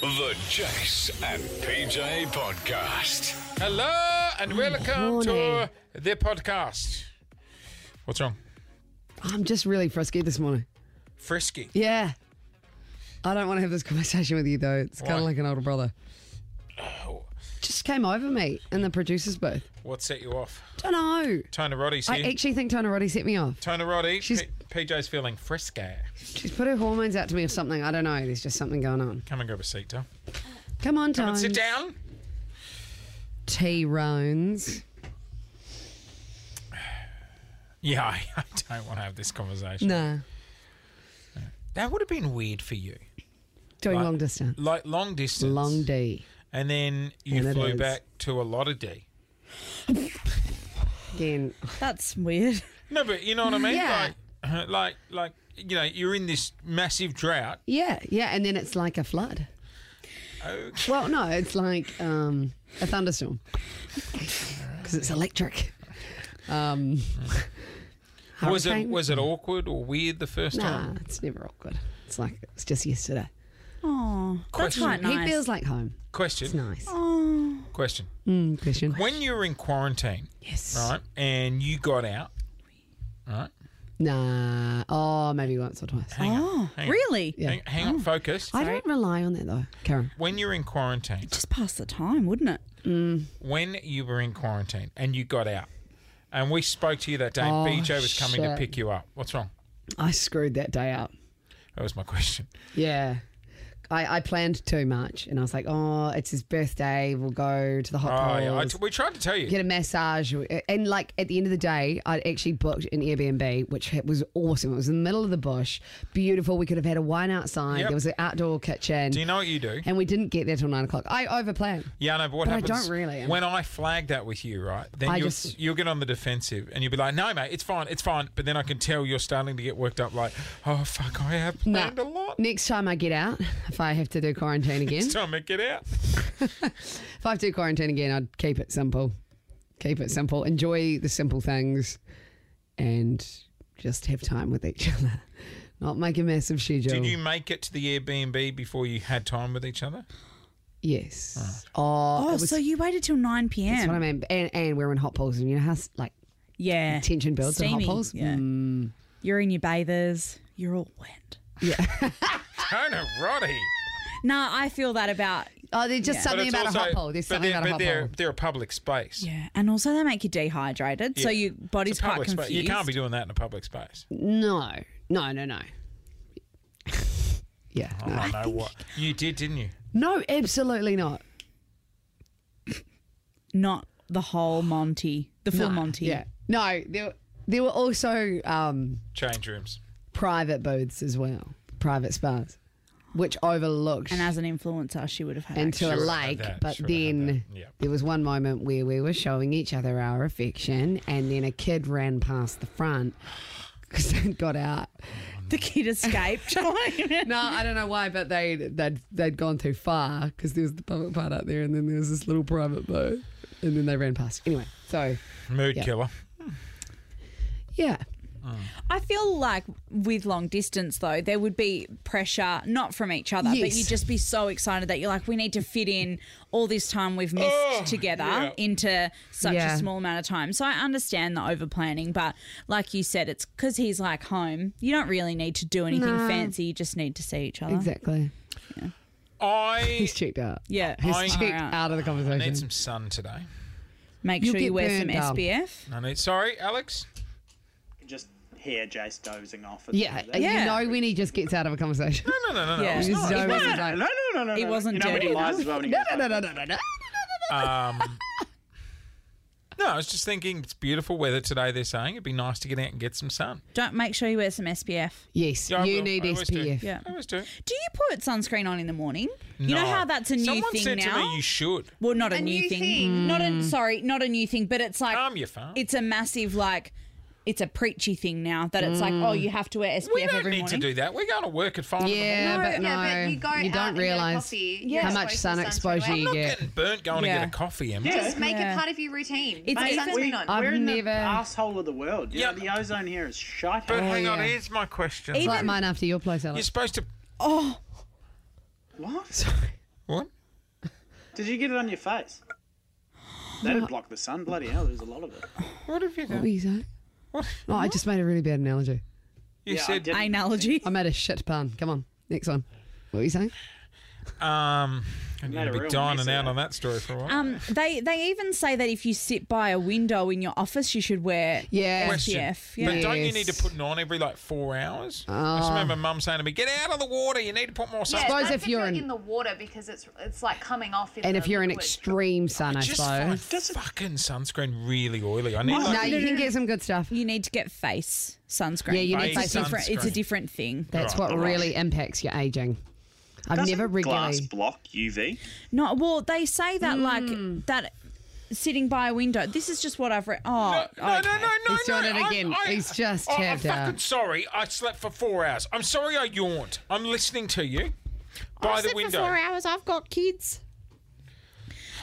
The Jace and PJ Podcast. Hello and welcome to morning. the podcast. What's wrong? I'm just really frisky this morning. Frisky. Yeah. I don't want to have this conversation with you though. It's kind Why? Oh. of like an older brother. Just came over me in the producer's booth. What set you off? Don't know. Tony Roddy's I here. actually think Tona Roddy set me off. Tony Roddy. She's- P- PJ's feeling frisky. She's put her hormones out to me or something. I don't know. There's just something going on. Come and grab a seat, Tom. Come on, Come Tom. and sit down. T Rones. Yeah, I, I don't want to have this conversation. Nah. That would have been weird for you. Doing Like- long distance. Like long distance. Long D. And then you And it flew is. back to a lot of D. Again. That's weird. No, but you know what I mean? Yeah. Like, like, like, you know, you're in this massive drought. Yeah, yeah, and then it's like a flood. Okay. Well, no, it's like um, a thunderstorm because it's electric. Um, Was it hurricane? was it awkward or weird the first Nah, time? it's never awkward. It's like it's just yesterday. Oh, that's Question. quite nice. He feels like home. It's Question. nice. Oh, Question. Mm, question. When you were in quarantine, Yes. right, and you got out, right? Nah. Oh, maybe once or twice. Hang on, oh, hang on. really? Yeah. Oh. Hang, hang on, focus. I don't rely on that though, Karen. When you're in quarantine, Just pass the time, wouldn't it? when you were in quarantine and you got out, and we spoke to you that day, and Oh, BJ was coming to shit. pick you up. What's wrong? I screwed that day up. That was my question. Yeah. I, I planned too much, and I was like, "Oh, it's his birthday. We'll go to the hot Oh, pot. yeah, I t- we tried to tell you. get a massage. And like at the end of the day, I'd actually booked an Airbnb, which was awesome. It was in the middle of the bush, beautiful. We could have had a wine outside. Yep. There was an outdoor kitchen, Do you know what you do? and we didn't get there till nine o'clock. I overplanned. Yeah, no, but what But I happens don't really. when I flag that with you, right? Then I you'll, just- you'll get on the defensive and you'll be like, "No, mate, it's fine, it's fine." But then I can tell you're starting to get worked up, like, "Oh fuck, I have Nah. planned a lot." Next time I get out, if I have to do quarantine again, It's time to get out. if I have to do quarantine again, I'd keep it simple. Keep it simple. Enjoy the simple things, and just have time with each other. Not make a massive schedule. Did you make it to the Airbnb before you had time with each other? Yes. Ah. Oh, Oh, it was- so you waited till 9 p.m. that's what I mean. And, and we're in hot pools, and you know how s- like Yeah. tension builds in hot Steamy, poles. Yeah. Mm, You're in your bathers. You're all wet. Tona Roddy. Nah, I feel that about. Oh, there's just But something it's about a hot also- pole. There's but something they're, about a but hot they're, pole. they're a public space. Yeah. And also, they make you dehydrated. So Yeah. your body's It's a quite public space. You confused. can't be doing that in a public space. No, no, no, no. yeah, I no. don't know what you did, didn't you? no, absolutely not. Not the whole Monty, the full No, Monty. Yeah, no. There, there were also um, Change rooms. private booths as well, private spas, which overlooked And as an influencer, she would have had. into Sure, a I had lake. that. But Sure, I had then that. Yeah. there was one moment where we were showing each other our affection, and then a kid ran past the front because they got out. the kid escaped. No, I don't know why, but they they'd they'd gone too far because there was the public part out there, and then there was this little private boat, and then they ran past. Anyway, so Mood Yeah. killer. yeah, I feel like with long distance though, there would be pressure not from each other, but Yes. you'd just be so excited that you're like, we need to fit in all this time we've missed Oh, together yeah. into such Yeah. a small amount of time. So I understand the over planning, but like you said, it's because he's like home. You don't really need to do anything No. fancy. You just need to see each other. exactly. I He's checked out. Yeah, He's I- uh, checked Alright. out of the I need conversation. some sun today. Make You'll sure get you wear some burned up. SPF. I need. Sorry, Alex. just hear Jace dozing off. At Yeah, the and Yeah. you know when he just gets out of a conversation. No, no, no, no. Yeah. no. it's You just not. know when he's no, like, no, no, no, no. He wasn't You know when he dirty lies enough. as well. When he no, goes, no, no, no, no, no. Um, no, I was just thinking it's beautiful weather today. They're saying it'd be nice to get out and get some sun. Don't make sure you wear some SPF. Yes, Yeah, I you will. need I always do. SPF. Yeah. I always do. Do you put sunscreen on in the morning? You know No. how that's a new Someone thing said now. to me, you should. Well, not a, new, thing. Not a sorry, not a new thing, but it's like Hmm. Calm your phone. it's a massive like it's a preachy thing now that it's like oh you have to wear SPF Hmm. we don't every need morning. to do that. We're going to work at five in the morning. Yeah, No, but no, yeah, but you go out don't and get a realize coffee, you're how exposed much to sun sun exposure you throughout. I'm I'm not get. getting burnt going Yeah. to get a coffee, Emma. Just make Yeah. it part of your routine. It's Put even- sunscreen on. I've We're in never- Oh, the asshole of the world. You Yeah. know, the ozone here is shite. But hang on, yeah. here's my question. It's like mine after your place, You're Alex. supposed to. Oh, what? Sorry. What? Did you get it on your face? That'd block the sun. Bloody hell, there's a lot of it. What have you What done? were you saying? No, I just made a really bad analogy. You Yeah, I said did. Analogy. I made a shit pun. Come on, next one. What were you saying? um, and Made you'll a be real dining mess of out that. on that story for a while. Um, they they even say that if you sit by a window in your office, you should wear Yeah. Question. SPF. But Yeah. don't you Yes. Ah. need to put it on every like four hours? I just remember Mum saying to me, "Get out of the water. You need to put more sun." suppose that's if you're in- in, the water because it's it's like coming off. In And the if you're in liquid. extreme sun, I Just find suppose. Does it- fucking sunscreen really oily. I need like No, you can get some good stuff. You need to get face sunscreen. Yeah, you need it's, Face a different, it's a sunscreen. different thing. That's Right. what really impacts your aging. I've Doesn't never glass regularly. block UV. No, well, they say that Hmm. like that sitting by a window. This is just what I've read. Oh, No, no, okay. no, no, no. He's doing no. it I'm- again. I- He's just I- I'm tabbed out. fucking sorry. I slept for four hours. I'm sorry I yawned. I'm listening to you by the window. hours. I've got kids.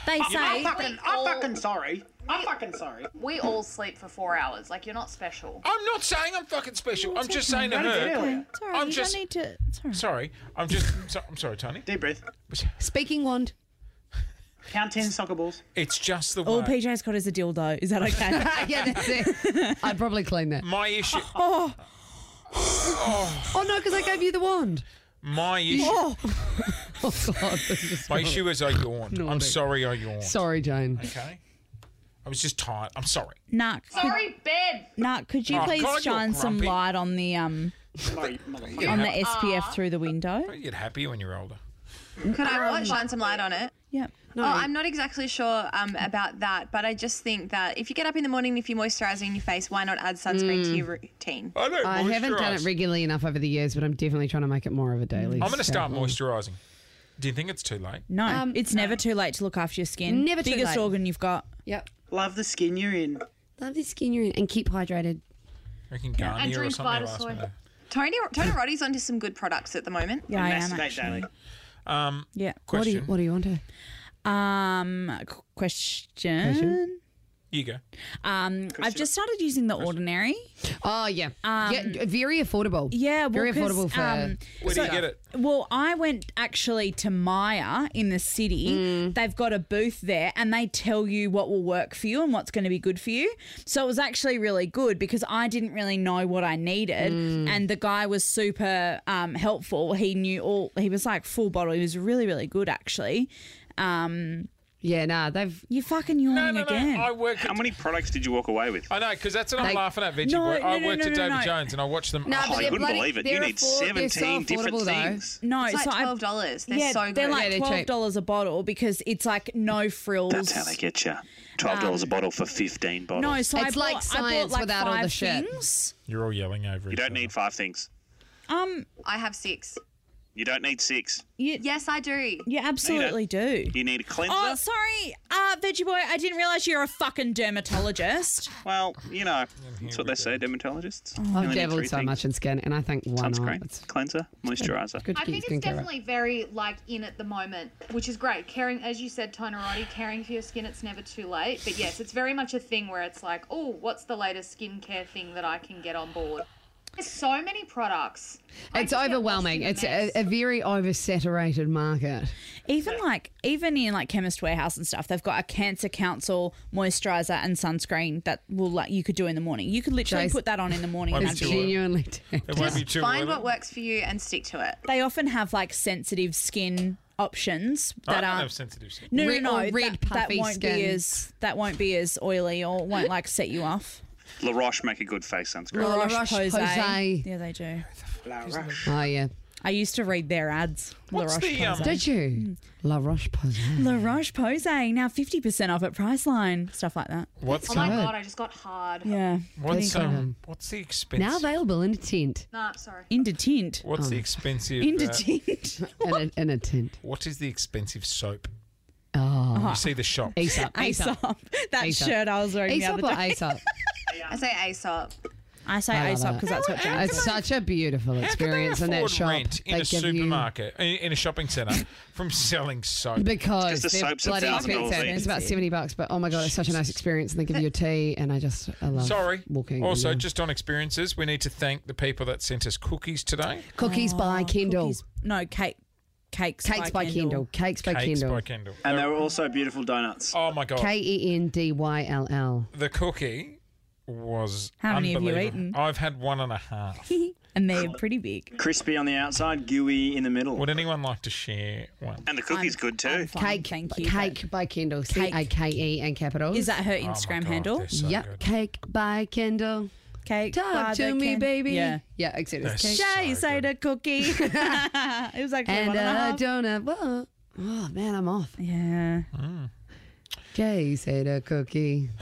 They I'm say. fucking, I'm all- fucking sorry. I'm fucking sorry. we all sleep for four hours. Like you're not special. I'm not saying I'm fucking special. I'm just saying to Don't get her. earlier. Sorry, I'm you just- don't need to. Sorry. Sorry, I'm just. So, I'm sorry, Tony. Deep breath. Speaking wand. Count ten soccer balls. It's just the All way. PJ's got is a dildo. Is that okay? yeah, that's it. I'd probably clean that. my issue. Oh no, because I gave you the wand. My issue. Oh god, this is My issue is I yawned. I'm Naughty. sorry I yawned. sorry, Jane. Okay. I was just tired. I'm sorry. Nah, could, Sorry, bed. nah, could you Oh, please God, you're shine some grumpy. light on the um Sorry, motherfucker. on the SPF through the window? You get happier when you're older. Can um, I what? shine some light on it? Yeah. Oh, I'm not exactly sure um, about that, but I just think that if you get up in the morning, if you're moisturising your face, why not add sunscreen to Mm. your routine? I don't. I haven't done it regularly enough over the years, but I'm definitely trying to make it more of a daily. I'm going to start staple. moisturising. Do you think it's too late? No, it's never too late to look after your skin. Um, Never too Biggest late. organ you've got. Yep. Love the skin you're in. Love the skin you're in and keep hydrated. I reckon Garnier or drink something will ask me Vitasoy. that. Tony, Tony Roddy's onto some good products at the moment. Yeah, I am. Masturbate Actually. daily. Yeah. What do you Question. What do you want to? Um, qu- question. you go. Um, I've just started using the ordinary. Oh yeah. yeah, very affordable. Um, Yeah, well, very 'cause, affordable for. um, Where do you get it? Well, I went actually to Maya in the city. They've got a booth there and they tell you what will work for you and what's going to be good for you. So it was actually really good because I didn't really know what I needed. And the guy was super um, helpful. He knew all, he was like full bottle. He was really, really good actually. Um, yeah, nah, they've you're fucking yawning No, no, no. again. I work. How many products did you walk away with? I know because that's what I'm Like- laughing at, Veggie No, Boy. no, I no, worked no, at no, David no. Jones and I watched them. Nah, but Oh, you they're wouldn't bloody- believe it. You they're need afford- they're so 17 different affordable, though. things. no, It's so like I- twelve dollars. They're yeah, so good. they're Yeah, like they're twelve cheap. dollars a bottle because it's like no frills. That's how they get you. Twelve dollars a bottle for fifteen bottles. No, so I Um, It's like bought, I bought science like without all five the shit. things. You're all yelling over. you don't need five things. Um, I have six. You don't need six. you, Yes, I do. you absolutely do. You need a cleanser. Oh, sorry, uh, Veggie Boy. I didn't realize you're a fucking dermatologist. Well, you know, that's what they say, dermatologists. You only I've need dabbled three Oh, so things. much in skin, and I think one Sunscreen, it's cleanser, moisturizer. good. to get I think your it's skincare right. definitely very like in at the moment, which is great. Caring, as you said, Tonerati, caring for your skin, it's never too late. But yes, it's very much a thing where it's like, oh, what's the latest skincare thing that I can get on board? There's so many products. I It's just get overwhelming. It's lost in the a, mess. a very oversaturated market. Even like, even in like Chemist Warehouse and stuff, they've got a Cancer Council moisturizer and sunscreen that will like you could do in the morning. You could literally Jace- put that on in the morning. and Why that'd It's would be- you- genuinely. It won't be too Find oily. what works for you and stick to it. they often have like sensitive skin options Oh, I that don't are have sensitive skin. no, Red- no, or no, red that, that puffy won't skin. be as that won't be as oily or won't like set you off. La Roche make a good face sunscreen. La Roche Posay. Yeah, they do. La Roche. Oh yeah. I used to read their ads. What's La Roche the, um, Posay. Did Mm. you? La Roche Posay. La Roche Posay now fifty percent off at Priceline, stuff like that. What's um, Oh my Good. god, I just got hard. Yeah, what's um, um, what's the expensive? Now available in a tint. Nah, sorry. into tint, what's the expensive? into uh, tint. In a, in a tint. what is the expensive soap? Oh. You see the shop. Aesop. Aesop. Aesop. That Aesop. shirt I was wearing Aesop the or other day. Aesop? I say Aesop. I say I love Aesop that. because that's what James It's such a beautiful How can they experience in afford that shop. rent in They a give you- supermarket, in, in a shopping centre, from selling soap? Because It's 'cause the they're soap's a bloody thousand expensive. dollars each. It's about seventy bucks, but oh my god, it's such a nice experience, and they give you a tea, and I just I love Sorry. walking. also, around. just on experiences, Oh, we need to thank the people that sent us cookies today. cookies by Kendall. Cookies. No, Kate. Cakes, Cakes by Kendall. Cakes by Cakes Kendall. by Kendall. And they were also beautiful donuts. Oh my god. K E N D Y L L. The cookie was How many have you unbelievable. eaten? I've had one and a half. and they're pretty big. Crispy on the outside, gooey in the middle. Would anyone like to share one? And the cookiee's good too. I'm fine, Cake. thank you. Cake by Kendall. C A K E and capitals. Is that her Oh my Instagram God, handle? they're so yep. good. Cake by Kendall. Cake. by Talk the to me, Ken- baby. Yeah. Yeah, exactly. They're Cake. so Jay, say good. the cookie. it was actually And uh, one and a a half. donut. Whoa. Oh man, I'm off. yeah. Jay said a cookie.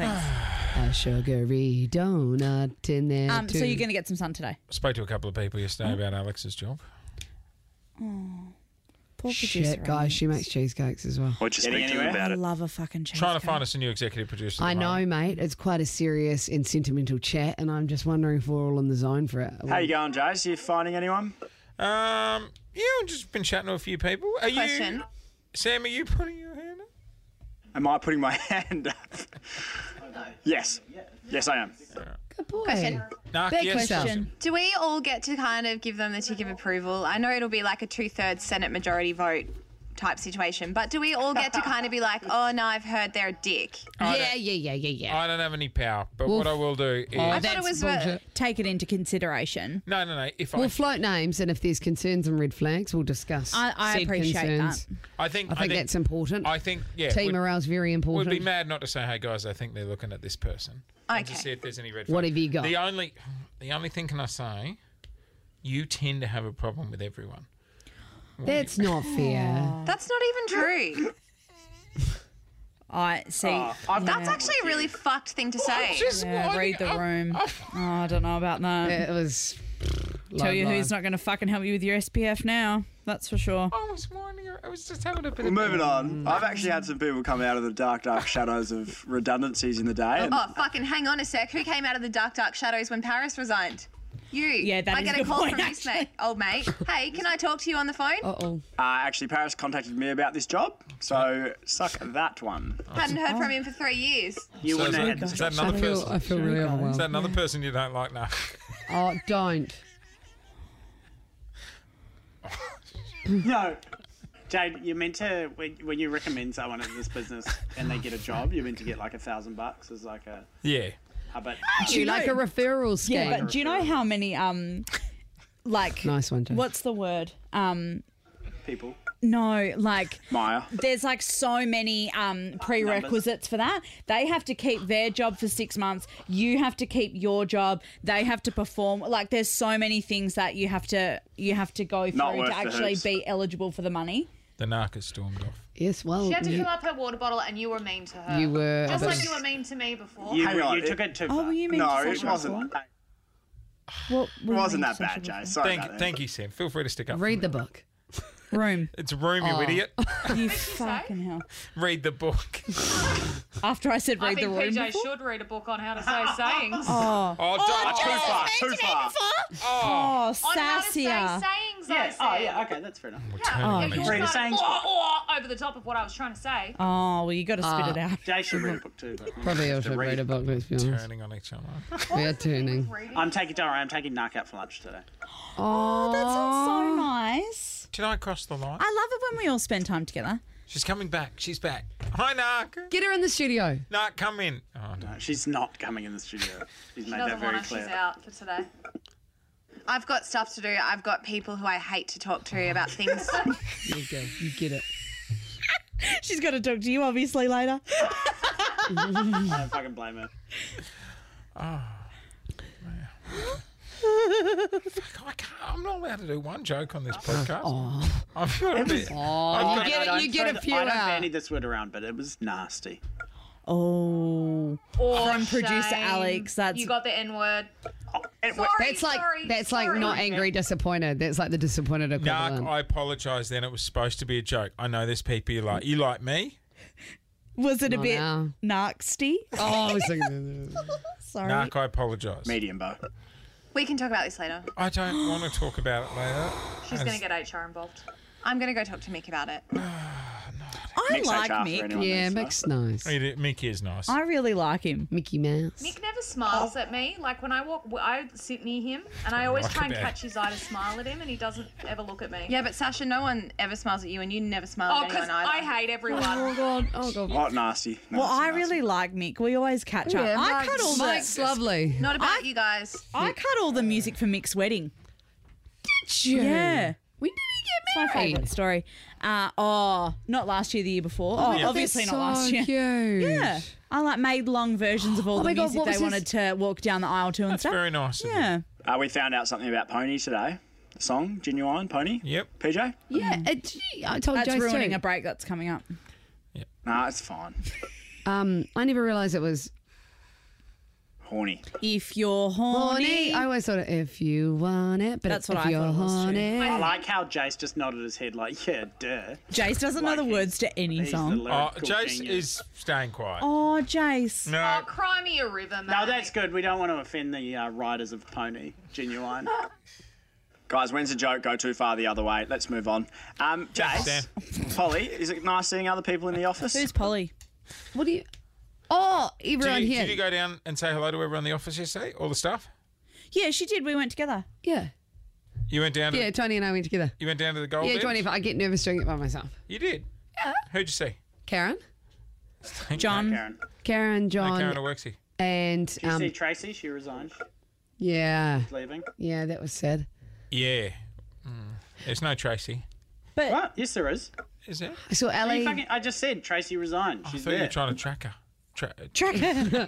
A sugary donut in there Um, too. so you're going to get some sun today. Spoke to a couple of people yesterday about Alex's job. Poor producer. Shit, guys, she makes cheesecakes as well. Why'd you Getting speak to him anywhere? about I it? love a fucking cheese. Trying to find us a new executive producer. at I the know, moment. mate. It's quite a serious and sentimental chat, and I'm just wondering if we're all in the zone for it. How you going, Jace? You finding anyone? Um, yeah, I've just been chatting to a few people. Are Question. you, Sam? Are you putting your hand up? Am I putting my hand up? yes. Yes, I am. Good boy. Nah, Big yes. question. Do we all get to kind of give them the tick of approval? I know it'll be like a two thirds Senate majority vote type situation, but do we all get to kind of be like, oh no, I've heard they're a dick? Oh. Yeah, yeah, yeah, yeah, yeah. I don't have any power, but what I will do is Oh, thought it that's was bullshit. a- Take it into consideration. no, no, no. If We'll I, float names, and if there's concerns and red flags, we'll discuss. I- I said appreciate concerns. that. I think, I think that's important. I think, yeah, Team would- morale's very would important. be mad not to say, "Hey guys, I think they're looking at this person." And to Okay. see if there's any red. What flags. have you got? The only, the only thing can I say, you tend to have a problem with everyone. That's not fair. That's not even true. I see. Ah. I've That's actually a really fucked thing to say. Just yeah, winding Uh, read the up. room. Oh, I don't know about it that. was. Tell you who's not going to fucking help you with your SPF now. That's for sure. Oh, I was winding. her- I was just having a bit. Well, of moving Mm. on. I've actually had some people come out of the dark, dark shadows of redundancies in the day. And Oh, fucking hang on a sec. Who came out of the dark, dark shadows when Paris resigned? You. Yeah, that I is get a a good call point, from this actually. mate, old mate. Hey, can I talk to you on the phone? Uh oh. uh, actually, Paris contacted me about this job, so suck that one. Hadn't heard from him for three years. You Oh, So is, wouldn't have had that, this is that I another feel, I person? feel really Is overwhelmed. that another person you don't like now? Oh, don't. No. Jade, you meant to when, when you recommend someone in this business and they get a job, you're meant to get like a thousand bucks as like a. yeah. I bet. Do you like a referral scheme? Yeah, but do you know how many um, like nice one, Jay. what's the word? Um, people. no, like Maya. there's like so many um prerequisites for that. They have to keep their job for six months. You have to keep your job. They have to perform. Like there's so many things that you have to you have to go Not through worth to the actually hoops. be eligible for the money. The narc has stormed off. Yes, well, She had to you, fill up her water bottle, and you were mean to her. you were. Just a like bit- you were mean to me before. You, You, you, on, it- took it too Oh, far. were you mean no, to it sexual wasn't. assault? It What, what wasn't that bad, Jay. Sorry. Thank, about that. thank you, Sam. Feel free to stick up. Read the book. Room. It's a room, Oh. you idiot. You fucking hell. Read the book. After I said I read the think room. PJ before- should read a book on how to say sayings. Oh, don't. Too far. Too far. Oh, on how to say sassier. sayings. I Yeah. said. Oh, yeah. Okay, that's fair enough. Yeah, Totally. you Read a started sayings book. "Oh, oh," over the top of what I was trying to say. Oh, well, you got to spit it out. Jay should read a book too. But Probably I should read a book, let's be honest. Turning on each other. We are turning. I'm taking. Don't worry, I'm taking Narc out for lunch today. Oh, That sounds so nice. Did I cross the line? I love it when we all spend time together. She's coming back. She's back. Hi, Narc. Get her in the studio. Narc, come in. Oh, no. She's not coming in the studio. She's made that Doesn't want very us. She's clear. out for today. I've got stuff to do. I've got people who I hate to talk to about things. There you go. You get it. She's got to talk to you, obviously, later. I don't fucking blame her. I can't, I'm not allowed to do one joke on this podcast. Oh. I'm not a bit. You I get don't- it. You get a few I don't out. bandy this word around, but it was nasty. Oh. Or From producer shame. Alex, that's- you got the N word. It- Sorry, That's like sorry, that's like sorry. not angry, disappointed. That's like the disappointed Narc, equivalent. I apologise then. It was supposed to be a joke. I know there's people you like. You like me? Was it a bit now. nasty? oh, I was thinking- Sorry. Narc, I apologise. medium bow. we can talk about this later. I don't want to talk about it later. She's going to get HR involved. I'm going to go talk to Mick about it. I Mick's like HR for Mick. anyone Yeah, that's not- Mick's nice. He did- Mickey is nice. I really like him. Mickey Mouse. Mick never smiles at me. Like when I walk, I sit near him, and I always Right try and there. catch his eye to smile at him, and he doesn't ever look at me. Yeah, but Sasha, no one ever smiles at you, and you never smile Oh, at because anyone either. I hate everyone. God. Oh, God. Oh, nasty. Well, Nasty, I nasty. really like Mick. We always Oh, catch up. Yeah, I Mike's- cut all Mike's the lovely. Not about you guys. I cut all the music for Mick's wedding. Yeah. When did he My get married? favourite story. Uh, oh, not last year, the year before. Oh, obviously That's not last so year. Cute. Yeah, I like made long versions of all Oh the my God, music what they was his- wanted to walk down the aisle to and That's stuff. very nice. of you. yeah, Uh, we found out something about Pony today. The song, Genuine Pony. Yep. PJ? Yeah, Mm. it, gee, I told that's Joyce ruining too. a break that's coming up. Nah, it's fine. um, I never realised it was Horny. If you're horny, horny. I always thought it, if you want it, but That's if what I you're thought it was too. horny. I like how Jace just nodded his head like, yeah, duh. Jace doesn't know the Like, words to any He's the song. Oh, lyrical Jace genius. is staying quiet. Oh, Jace. No. Oh, cry me a river, man. No, that's good. We don't want to offend the uh, riders of Pony. Genuine. Guys, when's a joke go too far the other way? Let's move on. Um, Jace, Polly, is it nice seeing other people in the office? Who's Polly? What do you? Oh, everyone Did you, here. did you go down and say hello to everyone in the office yesterday? All the staff? Yeah, she did. We went together. yeah, You went down to yeah. Tony and I went together. you went down to the gold. Yeah, bench? Johnny. If I get nervous doing it by myself. You did. Yeah. Who'd you see? Karen, John. Karen. Karen, No, John, Karen or Worksy. and You see um, Tracy? She resigned. She's yeah, leaving. yeah. That was sad. Yeah. Mm. There's no Tracy. What? Yes, there is. Is there? I saw Are Ellie. you fucking, I just said Tracy resigned. Oh, I She's thought you there. were trying to track her. Tra- GPS.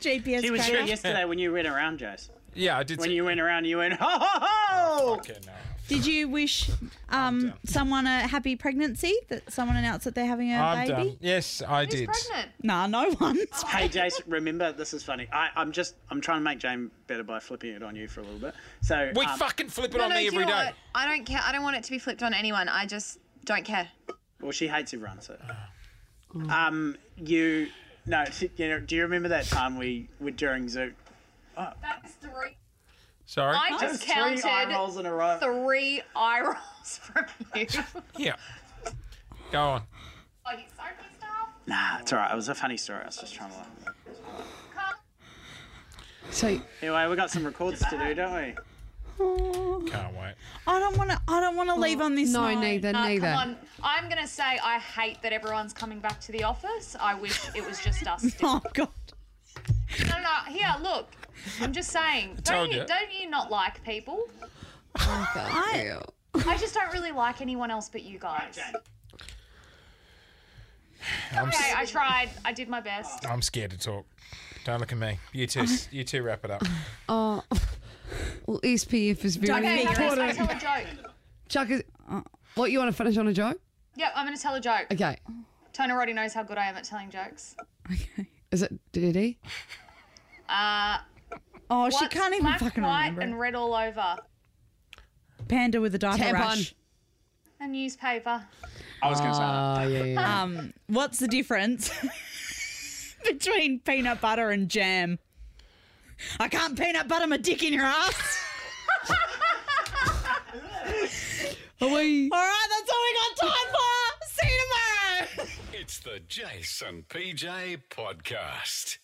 She was tracker. here yesterday when you went around, Jace. yeah, I did. When see- you went around, you went, ho, ho, ho! Okay, no. Did you wish um, someone a happy pregnancy? That someone announced that they're having a I'm baby? done. Yes, I He's did. pregnant. Nah, no one. Hey, Jace, remember, this is funny. I, I'm just, I'm trying to make Jane better by flipping it on you for a little bit. So, We um, fucking flip it No, on no, me do you every know day. what? I don't care. I don't want it to be flipped on anyone. I just don't care. well, she hates everyone, so. Um, you, no, you know, do you remember that time we were during Zoom? That's three. Sorry. I That's three just eye rolls counted in a row. three eye rolls from you. Yeah. Go on. Are you Oh, so pissed off? Nah, it's all right. It was a funny story. I was just trying to laugh. Come. So Anyway, we got some records to do, don't we? Can't wait. I don't want to. I don't want to leave on this. no, night. neither, No, neither. come on. I'm gonna say I hate that everyone's coming back to the office. I wish it was just us. still. Oh God. No, no, no. Here, look. I'm just saying. told Don't you, you. don't you not like people? I, I just don't really like anyone else but you guys. I'm, Okay, s- I tried. I did my best. I'm scared to talk. Don't look at me. You two, s- you two wrap it up. oh, well, SPF is very Okay, how about I important. tell a joke? Chuck, is, what you want to finish on a joke? Yep, I'm gonna tell a joke. Okay, Tony Roddy knows how good I am at telling jokes. is it dirty? Uh, Oh, she what's can't even black, fucking white, remember. it. and red all over. Panda with a diaper Tampon. rash. A newspaper. I was going to say that. Oh yeah, yeah. Um, what's the difference between peanut butter and jam? I can't peanut butter my dick in your ass. Are we? All right, that's all we got time for. See you tomorrow. It's the Jason PJ Podcast.